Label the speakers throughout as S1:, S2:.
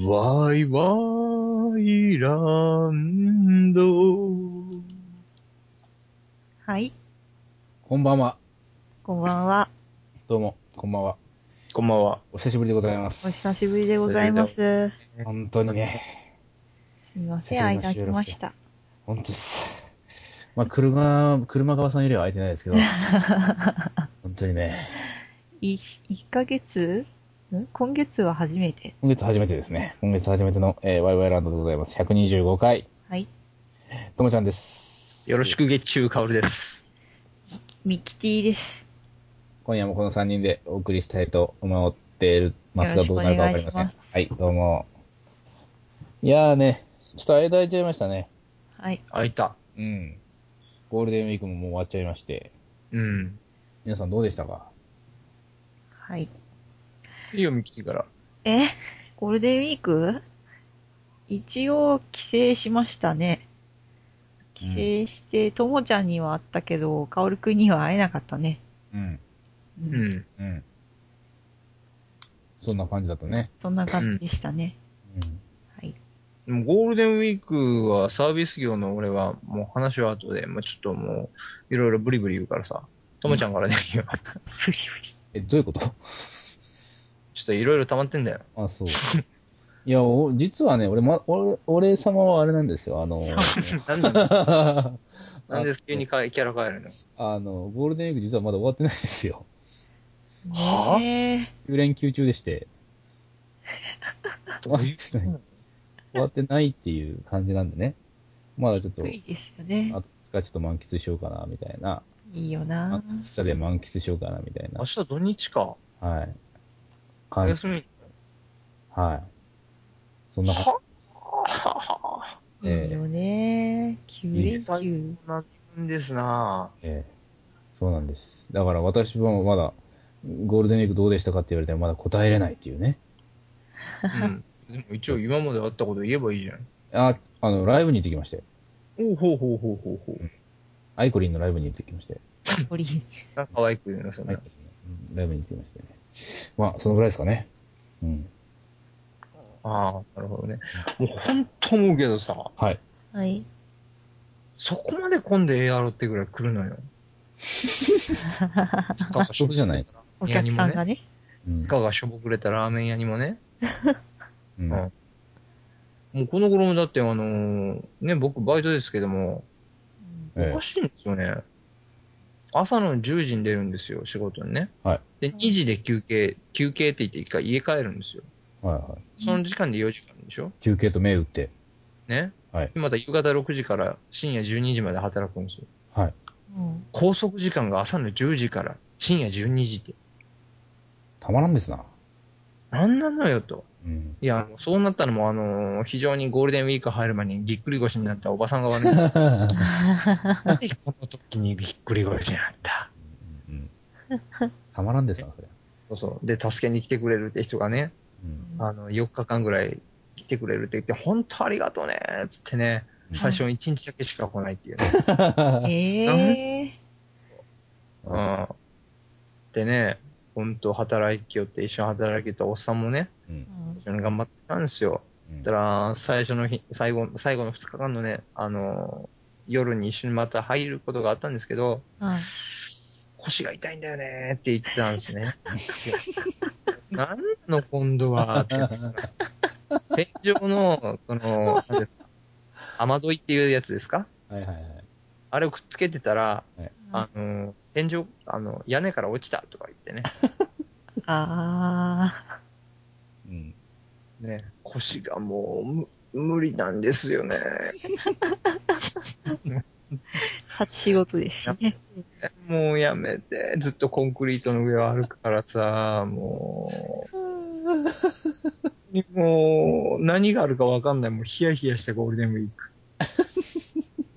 S1: ワイワイランド。
S2: はい、
S3: こんばんは。
S2: こんばんは。
S3: どうも、こんばんは。
S1: こんばんは。
S3: お久しぶりでございま
S2: お
S3: す。
S2: 久しぶりでございます。
S3: 本当にね、
S2: すみません、間空きました。
S3: 本当です。まあ、車、車川さんよりは空いてない ですけど、本当にね、
S2: い1ヶ月ん今月は初めて。
S3: 今月初めてですね、今月初めての、えー、ワイワイランドでございます。125回、
S2: はい。
S3: ともちゃんです。
S1: よろし。く月中薫です。
S2: ミキティです。
S3: 今夜もこの3人でお送りしたいと思ってますが、
S2: よろしく
S3: ど
S2: お
S3: う
S2: 願
S3: ないる
S2: し
S3: か
S2: ます
S3: わかりません。はい、どうも。いやーね、ちょっと間空いちゃいましたね。
S2: はい。
S1: あいた。
S3: うん。ゴールデンウィークももう終わっちゃいまして、
S1: うん。
S3: 皆さんどうでしたか
S2: はい。
S1: いいよ、ミキティから。
S2: えゴールデンウィーク一応帰省しましたね。帰省して、ともちゃんには会ったけど、かおるくんには会えなかったね。
S3: うん。
S2: う、
S1: うんん。
S3: うん。そんな感じだとね。
S2: そんな感じでしたね。はい。
S1: でもゴールデンウィークはサービス業の俺はもう話は後で、もうちょっともういろいろブリブリ言うからさ、ともちゃんからね、今ちょ
S2: ふりふり。
S3: え、どういうこと
S1: っといろいろ溜まってんだよ。
S3: あ、そう。いや、お実はね、俺、ま、俺、俺様はあれなんですよ。あの、
S1: なん だなんで
S3: あ
S1: 急にかキャラ変えるの
S3: あの、ゴールデンウィーク実はまだ終わってないんですよ。
S1: はあ
S2: ね
S3: 9連休中でして、終わってない。終わってないっていう感じなんでね。まだちょっ
S2: え
S3: と、
S2: いいですよね
S3: あ。と2日ちょっと満喫しようかな、みたいな。
S2: いいよ
S3: あ
S2: な。
S3: 明日で満喫しようかな、みたい
S1: 明
S3: な。
S1: 日土日か。
S3: はい。
S1: お
S3: 感じ
S1: 休み。
S3: はい。そんな感じ
S1: はは
S2: いいよね。9連休。
S1: ですなぁ。
S3: ええ、そうなんです。だから私はまだ、ゴールデンウィークどうでしたかって言われてもまだ答えれないっていうね。
S1: うん。でも一応今まであったこと言えばいいじゃん。
S3: あ、あの、ライブに行ってきまして。
S1: おうほうほうほうほうほう。
S3: アイコリンのライブに行ってきまして。
S2: これ
S1: なんか可愛く言いますよ
S3: アイコ。
S1: ね
S3: リンのライブに行ってきましてね。まあ、そのぐらいですかね。うん。
S1: ああ、なるほどね。もう本当思うけどさ、
S3: はい。
S2: はい。
S1: そこまで混んで AR ってぐらい来るのよ。いかがしょぼ
S3: そうじゃない
S2: お客さんがね。
S3: うん
S1: い。かがしょぼくれたラーメン屋にもね。
S3: うん
S1: うんもうこの頃もだってあのーね、僕バイトですけども、お
S3: ええ
S1: かしいんですよね。朝の10時に出るんですよ、仕事にね。
S3: はい
S1: で、2時で休憩、休憩って言って一回家帰るんですよ。
S3: はいはい。
S1: その時間で4時間でしょ
S3: 休憩と銘打って。
S1: ね。
S3: はい
S1: でまた夕方6時から深夜12時まで働くんですよ。
S3: はい。
S2: うん
S1: 拘束時間が朝の10時から深夜12時って。
S3: たまらんですな。
S1: なんなのよと。
S3: うん。
S1: いや、あのそうなったのも、あのー非常にゴールデンウィーク入る前にぎっくり腰になったおばさん 側ね、なぜこの時にぎっくり腰になった。
S3: うん うんたまらんですな、それ。
S1: そうそう。で、助けに来てくれるって人がね、
S3: うん。
S1: あの、4日間ぐらい来てくれるって言って、本当ありがとうねーっつってね、最初1日だけしか来ないっていうね。
S2: ええ。
S1: うん。でね、本当働きよって一緒に働きよったおっさんもね、
S3: うん
S2: うん
S1: 一緒に頑張ってたんですよ。
S3: うん
S1: だから、最初の日、最後、最後の2日間のね、あのー夜に一緒にまた入ることがあったんですけど、
S2: はい
S1: 腰が痛いんだよねーって言ってたんですね。なんの今度はって。天井の、その、何ですか、雨どいっていうやつですか
S3: はいはいはい。
S1: あれをくっつけてたら、
S2: あ
S1: あのー天井、あの、屋根から落ちたとか言ってね。
S2: あ
S3: うん。
S1: ね、腰がもうむ、無理なんですよね。
S2: ー、初仕事ですしね。
S1: もうやめて、ずっとコンクリートの上を歩くからさ、もう、もう、何があるかわかんない、もうヒヤヒヤしたゴールデンウィー ク。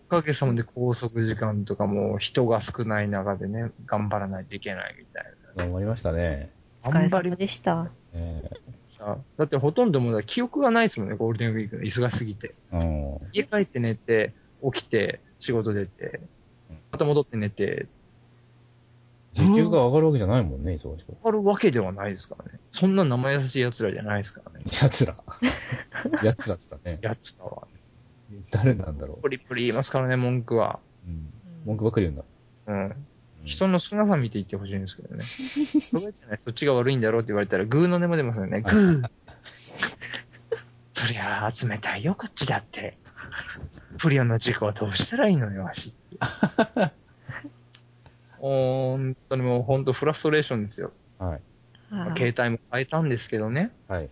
S1: おかげさまで拘束時間とかも人が少ない中でね、頑張らないといけないみたい
S3: 頑張りましたね。
S2: お
S1: な。
S2: 疲れ
S1: 頑張り
S2: 様でした。
S3: え
S1: さ。だってほとんどもう記憶がないですもんね、ゴールデンウィークの忙しすぎて。
S3: えうん。
S1: 家帰って寝て、起きて、仕事出て
S3: うん、
S1: また戻って寝て、
S3: 時給が上がるわけじゃないもんね、忙しく。
S1: あるわけではないですからね。そんな生優しい奴らじゃないですからね。
S3: 奴 ら。奴らっつったね。
S1: やつらは。
S3: 誰なんだろう
S1: ポ。リポリ言いますからね、文句は。
S3: うん文句ばっかり言うんだ。
S1: うん。
S3: うん
S1: 人の少なさ見ていってほしいんですけ どね。それじゃない、そっちが悪いんだろうって言われたら、グーの音も出ますよね。グー。そりゃあ、冷たいよ、こっちだって。プリオンの事故はどうしたらいいのよ、わし。 ほんとにもう、ほんとフラストレーションですよ。
S3: はい。
S1: まあ
S2: はい
S1: 携帯も変えたんですけどね。
S3: はい。
S2: はい。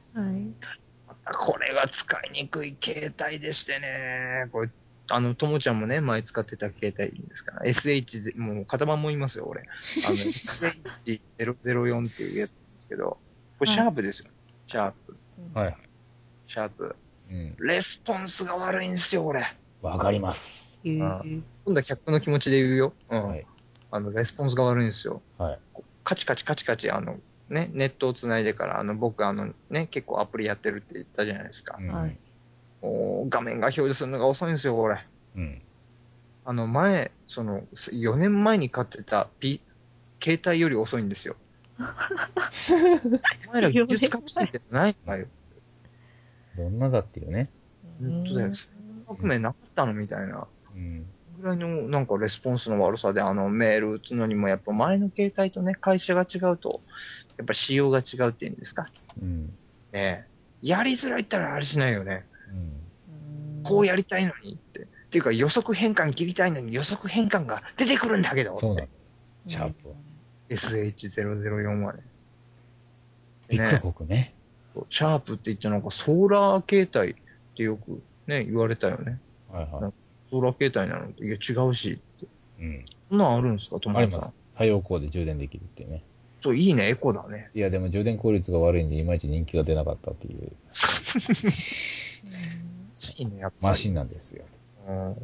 S1: これが使いにくい携帯でしてね。これ、あの、ともちゃんもね、前使ってた携帯ですから、SH で、もう型番も言いますよ、俺。 あの、SH004 っていうやつですけど、これ
S2: はい
S1: シャープですよ。シャープ、
S3: はい。
S1: シャープ。
S3: うん。
S1: レスポンスが悪いんですよ、これ。
S3: わかります。
S2: い
S1: あ
S2: う
S1: 今度は客の気持ちで言うよ。うん。
S3: はい
S1: あの、レスポンスが悪いんですよ。
S3: はい。
S1: カチカチカチカチ、あの、ね、ネットを繋いでから、あの、僕、あの、ね、結構アプリやってるって言ったじゃないですか。
S3: うん
S2: はい。
S1: もう画面が表示するのが遅いんですよ、これ。
S3: うん。
S1: あの、前、その、4年前に買ってた、P、携帯より遅いんですよ。お前ら技術革新ってないのかよ。
S3: どんなだっていうね。
S1: 本当だよ。革命なかったのみたいな。
S3: うん。
S1: ぐらいの、なんか、レスポンスの悪さで、あの、メール打つのにも、やっぱ前の携帯とね、会社が違うと、やっぱ仕様が違うっていうんですか。
S3: うん。
S1: ねえ。やりづらいったらあれしないよね。
S3: うん。
S1: こう
S2: や
S1: やりたいのにって。っていうか、予測変換切りたいのに予測変換が出てくるんだけど。
S3: そうなの
S1: って。
S3: シャープは
S1: SH004 はね。
S3: ビッグ国ね。
S1: シャープって言ってなんかソーラー携帯ってよくね、言われたよね。
S3: はいは
S1: ソーラー携帯なのって。いや、違うし。
S3: い。うん。
S1: そんなんあるんですか、友
S3: あり
S1: 達さ
S3: ま
S1: ん
S3: す。。太陽光で充電できるっていうね。
S1: そう、いいね、エコだね。
S3: いや、でも充電効率が悪いんで、いまいち人気が出なかったっていう
S1: いいね、やっぱり。
S3: マシンなんですよ。
S1: うん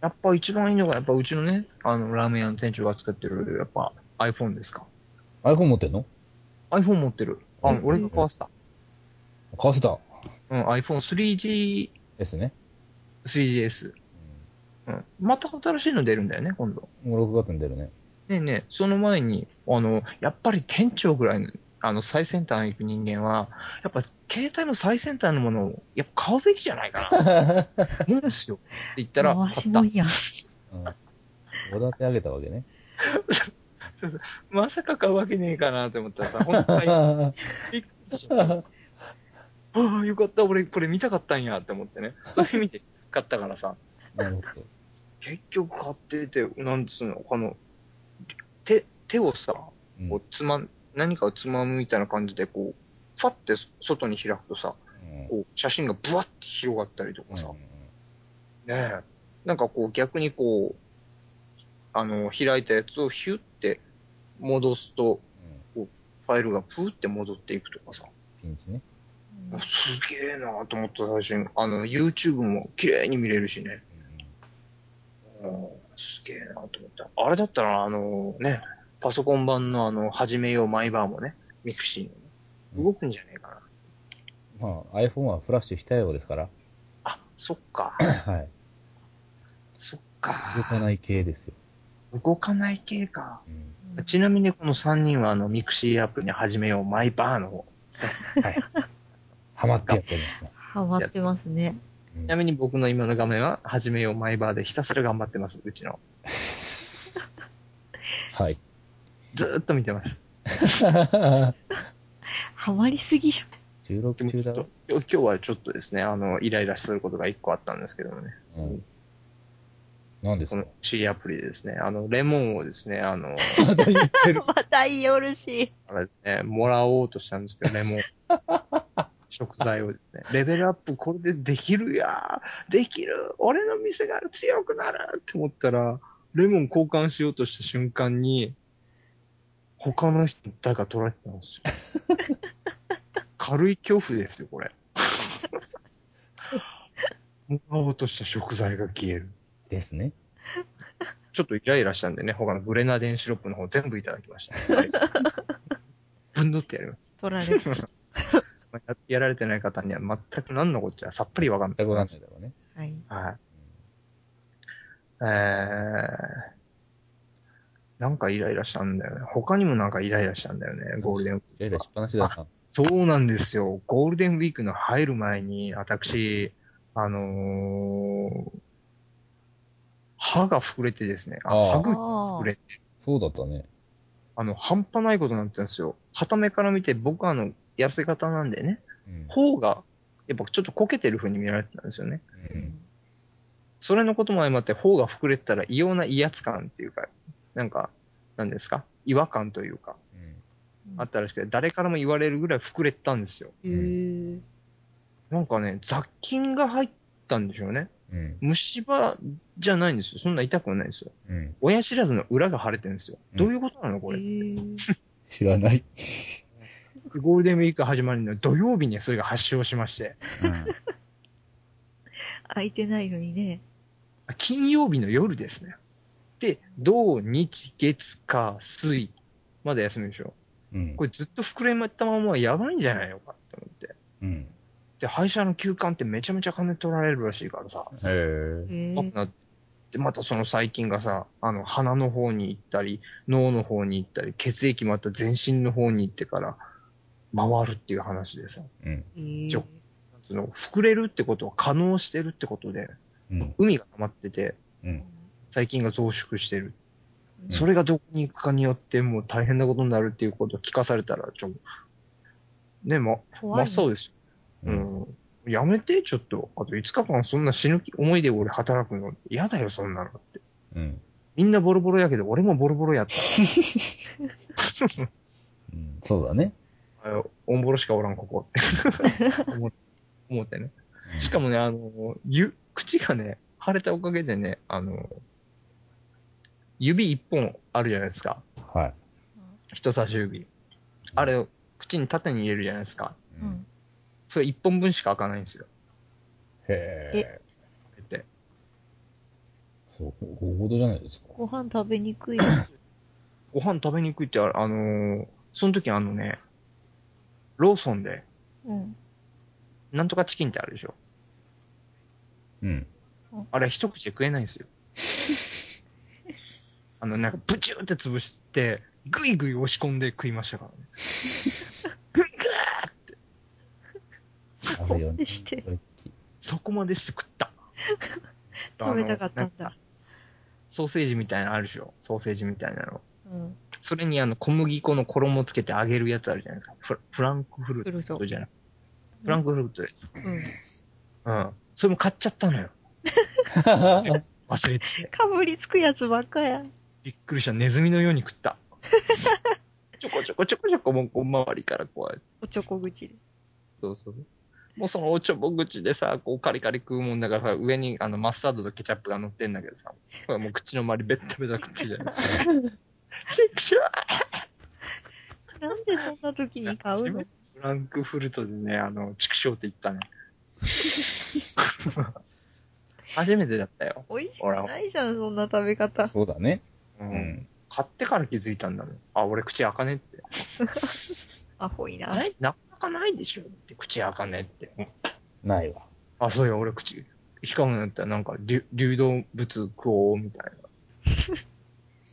S1: やっぱ一番いいのが、やっぱうちのね、あの、ラーメン屋の店長が使ってる、やっぱ iPhone ですか。
S3: iPhone 持ってんの
S1: iPhone 持ってる。あ
S3: うん、
S1: 俺が買わせた。
S3: 買わせた
S1: うん、iPhone3G、
S3: ですね。
S1: 3GS。うん。また新しいの出るんだよね、今度。
S3: うん。もう6月に出る ね。
S1: ねえねえ、その前に、あの、やっぱり店長ぐらいの、あの、最先端行く人間は、やっぱ、携帯の最先端のものを、やっぱ買うべきじゃないか な。思うんですよ。って言ったら、買
S2: 回
S1: った
S2: し。もんや。
S3: うん。おだてあげたわけね。
S1: まさか買うわけねえかなと思った らさ、ほんとにびっくりしちゃった。ああ、よかった、俺これ見たかったんやって思ってね。そういう意味で買ったからさ、
S3: なるほど。
S1: 結局買ってて、なんつうの、この、手、手をさ、
S3: うん
S1: こうつまん、何かをつまむみたいな感じで、こう、ファって外に開くとさ、
S3: うん
S1: こう、写真がブワッて広がったりと
S3: う
S1: か
S3: ん
S1: さ、ねえ。なんかこう逆にこう、あの、開いたやつをヒュッて戻すと、
S3: うん
S1: ファイルがプーって戻っていくとかさ、
S3: ピンチね。
S1: あすげえなと思った写真、あの、YouTube も綺麗に見れるしね。うんすげえなと思った。あれだったら、あのね、パソコン版のあの、始めようマイバーもね、ミクシーのね、動くんじゃねえかな。
S3: まあ、iPhone はフラッシュ非対応ですから。
S1: あ、そっか。
S3: はい。
S1: そっ
S3: 動か
S1: か。
S3: ない系ですよ。
S1: 動かない系か。
S3: うん
S1: ちなみにこの3人はあの、ミクシーアプリに始めようマイバーの方。
S3: はい。ハマってやっておりますね。
S2: ハマってますね。
S3: うん
S1: ちなみに僕の今の画面は、始めようマイバーでひたすら頑張ってます、うちの。
S3: はい。
S1: ずーっと見てます。
S2: ハマりすぎじゃん。
S1: でも
S3: 16
S1: ちょ
S3: 中
S1: っ
S3: だろ
S1: と。今日今日はちょっとですね、あの、イライラすることが1個あったんですけどもね。
S3: うん。何です
S1: こ
S3: か
S1: の C アプリでですね、あの、レモンをですね、あの、
S3: まだ言ってる。
S2: また言いよるし。
S1: あれですね、もらおうとしたんですけど、レモン。食材をですね、レベルアップこれでできるやーできる俺の店が強くなるって思ったら、レモン交換しようとした瞬間に、他の人だが取られてたんですよ。軽い恐怖ですよ、これ。もらおうとした食材が消える。
S3: ですね。
S1: ちょっとイライラしたんでね、他のグレナデンシロップの方全部いただきました。はいぶんどってやります。
S2: 取られま した。
S1: まあややられてない方には全く何のこっちゃさっぱりわかんない。
S3: 全くわかんないだろうね。
S2: はい。
S1: はい。えー、なんかイライラしたんだよね。他にもなんかイライラしたんだよね、ゴールデンウィーク。
S3: イライラしっぱなしだな。
S1: そうなんですよ。ゴールデンウィークの入る前に、私、あのー歯が膨れてですね、
S3: ああ
S1: あ歯ぐ膨れて、
S3: そうだったね。
S1: あの、半端ないことになってたんですよ。片目から見て、僕はあの、痩せ型なんでね、
S3: うん。
S1: 頬が、やっぱちょっとこけてる風に見られてたんですよね。
S3: うん
S1: それのことも相まって、頬が膨れてたら異様な威圧感っていうか、なんか、なんですか違和感というか、
S3: うん
S1: あったらしくて、誰からも言われるぐらい膨れてたんですよ。
S2: へー
S1: なんかね、雑菌が入ったんでしょうね。
S3: うん。
S1: 虫歯じゃないんですよ。そんな痛くはないんですよ。
S3: うん。
S1: 親知らずの裏が腫れてるんですよ。
S3: うん
S1: どういうことなのこれ。
S2: へー
S3: 知らない。
S1: ゴールデンウィーク始まるの土曜日にそれが発症しまして、
S2: 空いてないのにね。
S1: あ金曜日の夜ですね。で、土、日、月、火、水、まだ休みでしょ。
S3: うん。うん
S1: これずっと膨れまったままはやばいんじゃないのかって思って。
S3: うん。
S1: で、歯医者の休館ってめちゃめちゃ金取られるらしいからさ。
S3: へえ。
S2: へ
S1: なく
S2: ー
S1: なって、またその細菌がさ、あの、鼻の方に行ったり、脳の方に行ったり、血液また全身の方に行ってから回るっていう話でさ、
S3: うん。
S2: へー
S1: ちょその、膨れるってことは可能してるってことで、
S3: うん。
S1: 海が溜まってて、
S3: うん。
S1: 細菌が増殖してる。
S2: うん
S1: それがどこに行くかによってもう大変なことになるっていうことを聞かされたら、ちょ、ね、ま、
S2: 怖
S1: 真
S2: い
S1: っ
S2: ね
S1: 青ですよ。
S3: う。
S1: うんん。やめて、ちょっと。あと5日間そんな死ぬ気思いで俺働くの。嫌だよ、そんなのって。
S3: うん。
S1: みんなボロボロやけど、俺もボロボロやった。
S3: うん。そうだね。
S1: あオンボロしかおらん、ここ って。思思ってね。しか
S3: も、
S1: もね、あの、ゆ、口がね、腫れたおかげでね、あの、指一本あるじゃないですか。
S3: はい。
S1: 人差し指。あれを口に縦に入れるじゃないですか。
S3: う
S2: うんん。
S1: それ一本分しか開かないんですよ。
S3: へえ。
S1: 腫れて。
S3: そう、ほほどじゃないですか。
S2: ご飯食べにくい やつ。
S1: ご飯食べにくいって、ああの、その時あのね、ローソンで、
S2: うん。
S1: なんとかチキンってあるでしょ。
S3: うん。
S1: あれ一口で食えない んですよ。あの、なんか、ブチューって潰して、ぐいぐい押し込んで食いましたからね。ぐいぐい
S3: あるよね。
S2: して
S1: そこまでして食った。
S2: 食べたかっ
S1: あ
S2: た
S1: の
S2: んだ。
S1: ソーセージみたいなのあるでしょソーセージみたいなの。
S2: うん。
S1: それにあの、小麦粉の衣つけて揚げるやつあるじゃないですか。フラフランクフル
S2: フルー
S1: ト
S2: ト。
S1: じゃない。フランクフルトです。
S2: うん。
S1: うん。それも買っちゃったのよ。忘れてて。
S2: かぶりつくやつばっかや。
S1: びっくりした。ネズミのように食った。 ちょこちょこちょこちょこもうこう周りからこうやって。
S2: おちょこ口で。
S1: そうそう。もうそのおちょぼ口でさ、こうカリカリ食うもんだからさ、上にあのマスタードとケチャップが乗ってんだけどさ、これもう口の周りベッタベタ食ってるじゃん。ちっちゃ
S2: なんでそんな時に買うの
S1: フランクフルトでね、あの、畜生って言ったね。 初めてだったよ。
S2: 美味しくないじゃん、そんな食べ 方。
S3: そうだね。
S1: う。
S3: うんん。
S1: 買ってから気づいたんだもん。あ、俺口開かねえって。
S2: アホいな。
S1: ないなかなかないでしょって、口開かねえって。
S3: ないわ。
S1: あ、そうや、俺口、引かんくなったらなんか、流流動物食おう、みたいな。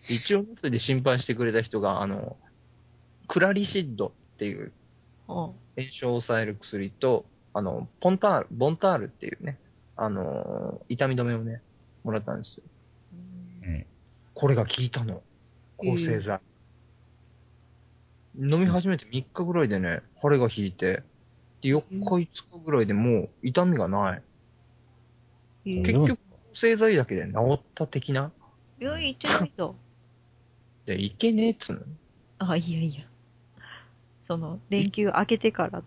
S1: 一応、それで心配してくれた人が、あの、クラリシッドっていう
S2: うん。
S1: 炎症を抑える薬と、あの、ポンタール、ボンタールっていうね、あの、痛み止めをね、もらったんですよ。
S3: うん。
S1: これが効いたの。抗生剤。飲み始めて3日ぐらいでね、腫れが引いて、で、4日5日ぐらいでもう痛みがない。
S2: え
S1: 結
S2: ー
S1: 局、抗生剤だけで治った的な
S2: 病院行ってみた。
S1: で、いけねえっつうの。
S2: あ、いやいや。その、連休明けてから。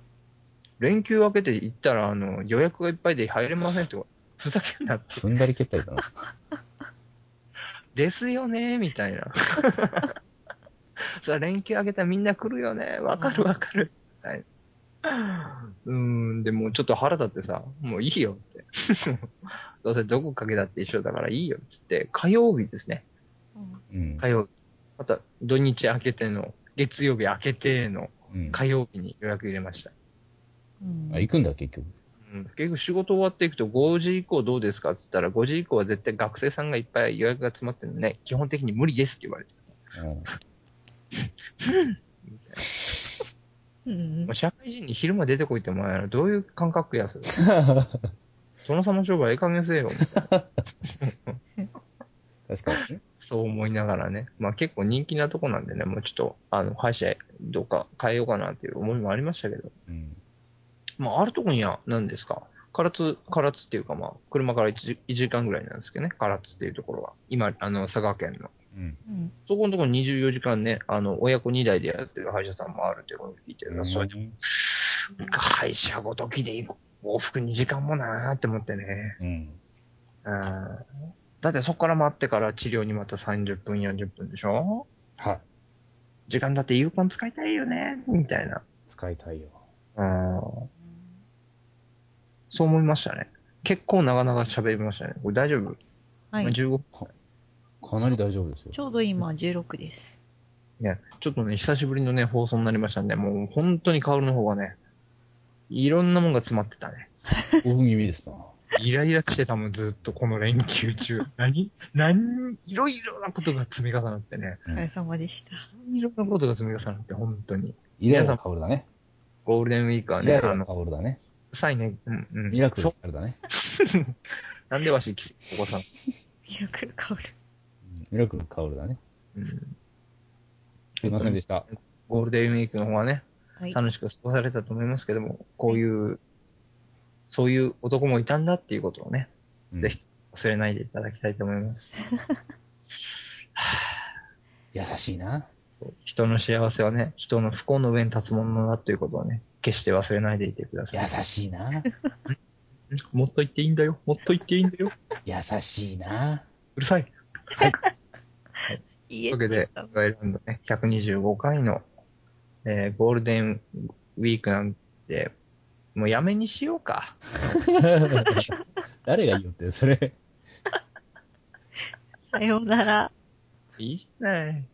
S1: 連休明けて行ったら、あの、予約がいっぱいで入れませんって、ふざけんなって。
S3: 踏んだり蹴ったりだな。
S1: ですよねみたいな。 それ連休明けたらみんな来るよねわかるわかる。みたいな。うーん、でもうちょっと腹立ってさ、もういいよって。 どうせどこかけだって一緒だからいいよっつって、火曜日ですね。
S2: うん
S3: うん。
S1: 火曜日。また土日明けての、月曜日明けての
S3: うん
S1: 火曜日に予約入れました。
S2: うん
S3: あ、行くんだ、結局。
S1: うん結局仕事終わっていくと5時以降どうですかって言ったら5時以降は絶対学生さんがいっぱい予約が詰まってるので、基本的に無理ですって言われて。
S3: うん
S2: うん
S1: もう。社会人に昼間出てこいってお前らどういう感覚 や、それ。殿様商売ええ加減せえよ。
S3: 確かにね。
S1: そう思いながらね。まあ結構人気なとこなんでね、もうちょっと、あの、歯医者どうか変えようかなっていう思いもありましたけど。
S3: うん。
S1: まああるとこには、何ですか。唐津、唐津っていうかまあ、車から 1, 時間ぐらいなんですけどね、唐津っていうところは。今、あの、佐賀県の。
S3: うん。
S2: うん。
S1: そこのところ24時間ね、あの、親子2代でやってる歯医者さんもあるっていうことを聞いてるな、それで歯医者ごときで行く往復2時間もなーって思ってね。
S3: うん。
S1: うんだってそこから待ってから治療にまた30分、40分でしょ
S3: はい。
S1: 時間だって有効使いたいよねみたいな。
S3: 使いたいよ。
S1: うんそう思いましたね。結構長々喋りましたね。これ大丈夫、
S2: は
S1: まあ
S2: い。
S1: 15分
S3: かなり大丈夫ですよ
S2: ち。ょうど今16です。
S1: ね。ちょっとね、久しぶりのね、放送になりましたんで、もう本当にカオルの方がね、いろんなもんが詰まってたね。
S3: 5分気味ですな。
S1: イライラしてたもん、ずっとこの連休 中。何何いろいろなことが積み重なってね。
S2: お疲れ様でした。
S1: いろんなことが積み重なって、本当に。
S3: イライラの薫だね。
S1: ゴールデンウィークは
S3: イ
S1: ね、
S3: ライラ
S1: あの
S3: の、薫だね。
S1: 臭いね。うんうん。
S3: ミラクル
S1: そ
S3: の
S1: う。
S3: 薫だね。
S1: なんでわし、きお子さん。
S2: ミラクルカオル。
S3: うんミラクルの薫だね。
S1: うん
S3: すいませんでした。
S1: ゴールデンウィークの方はね、
S2: はい。
S1: 楽しく過ごされたと思いますけども、こういう、そういう男もいたんだっていうことをね、
S3: うん
S1: ぜひ忘れないでいただきたいと思います。
S3: 優しいな。
S1: そう人の幸せはね、人の不幸の上に立つものだということをね、決して忘れないでいてくださ
S3: 優
S1: い。
S3: しいな。
S1: もっと言っていいんだよ。もっと言っていいんだよ。
S3: 優しいな。
S1: うるさい。
S2: いいえ
S1: というわけで、ガイランドね、125回の、えーゴールデンウィークなんて、もうやめにしようか。
S3: 誰が言うって、それ。
S2: さようなら。
S1: いいじゃない。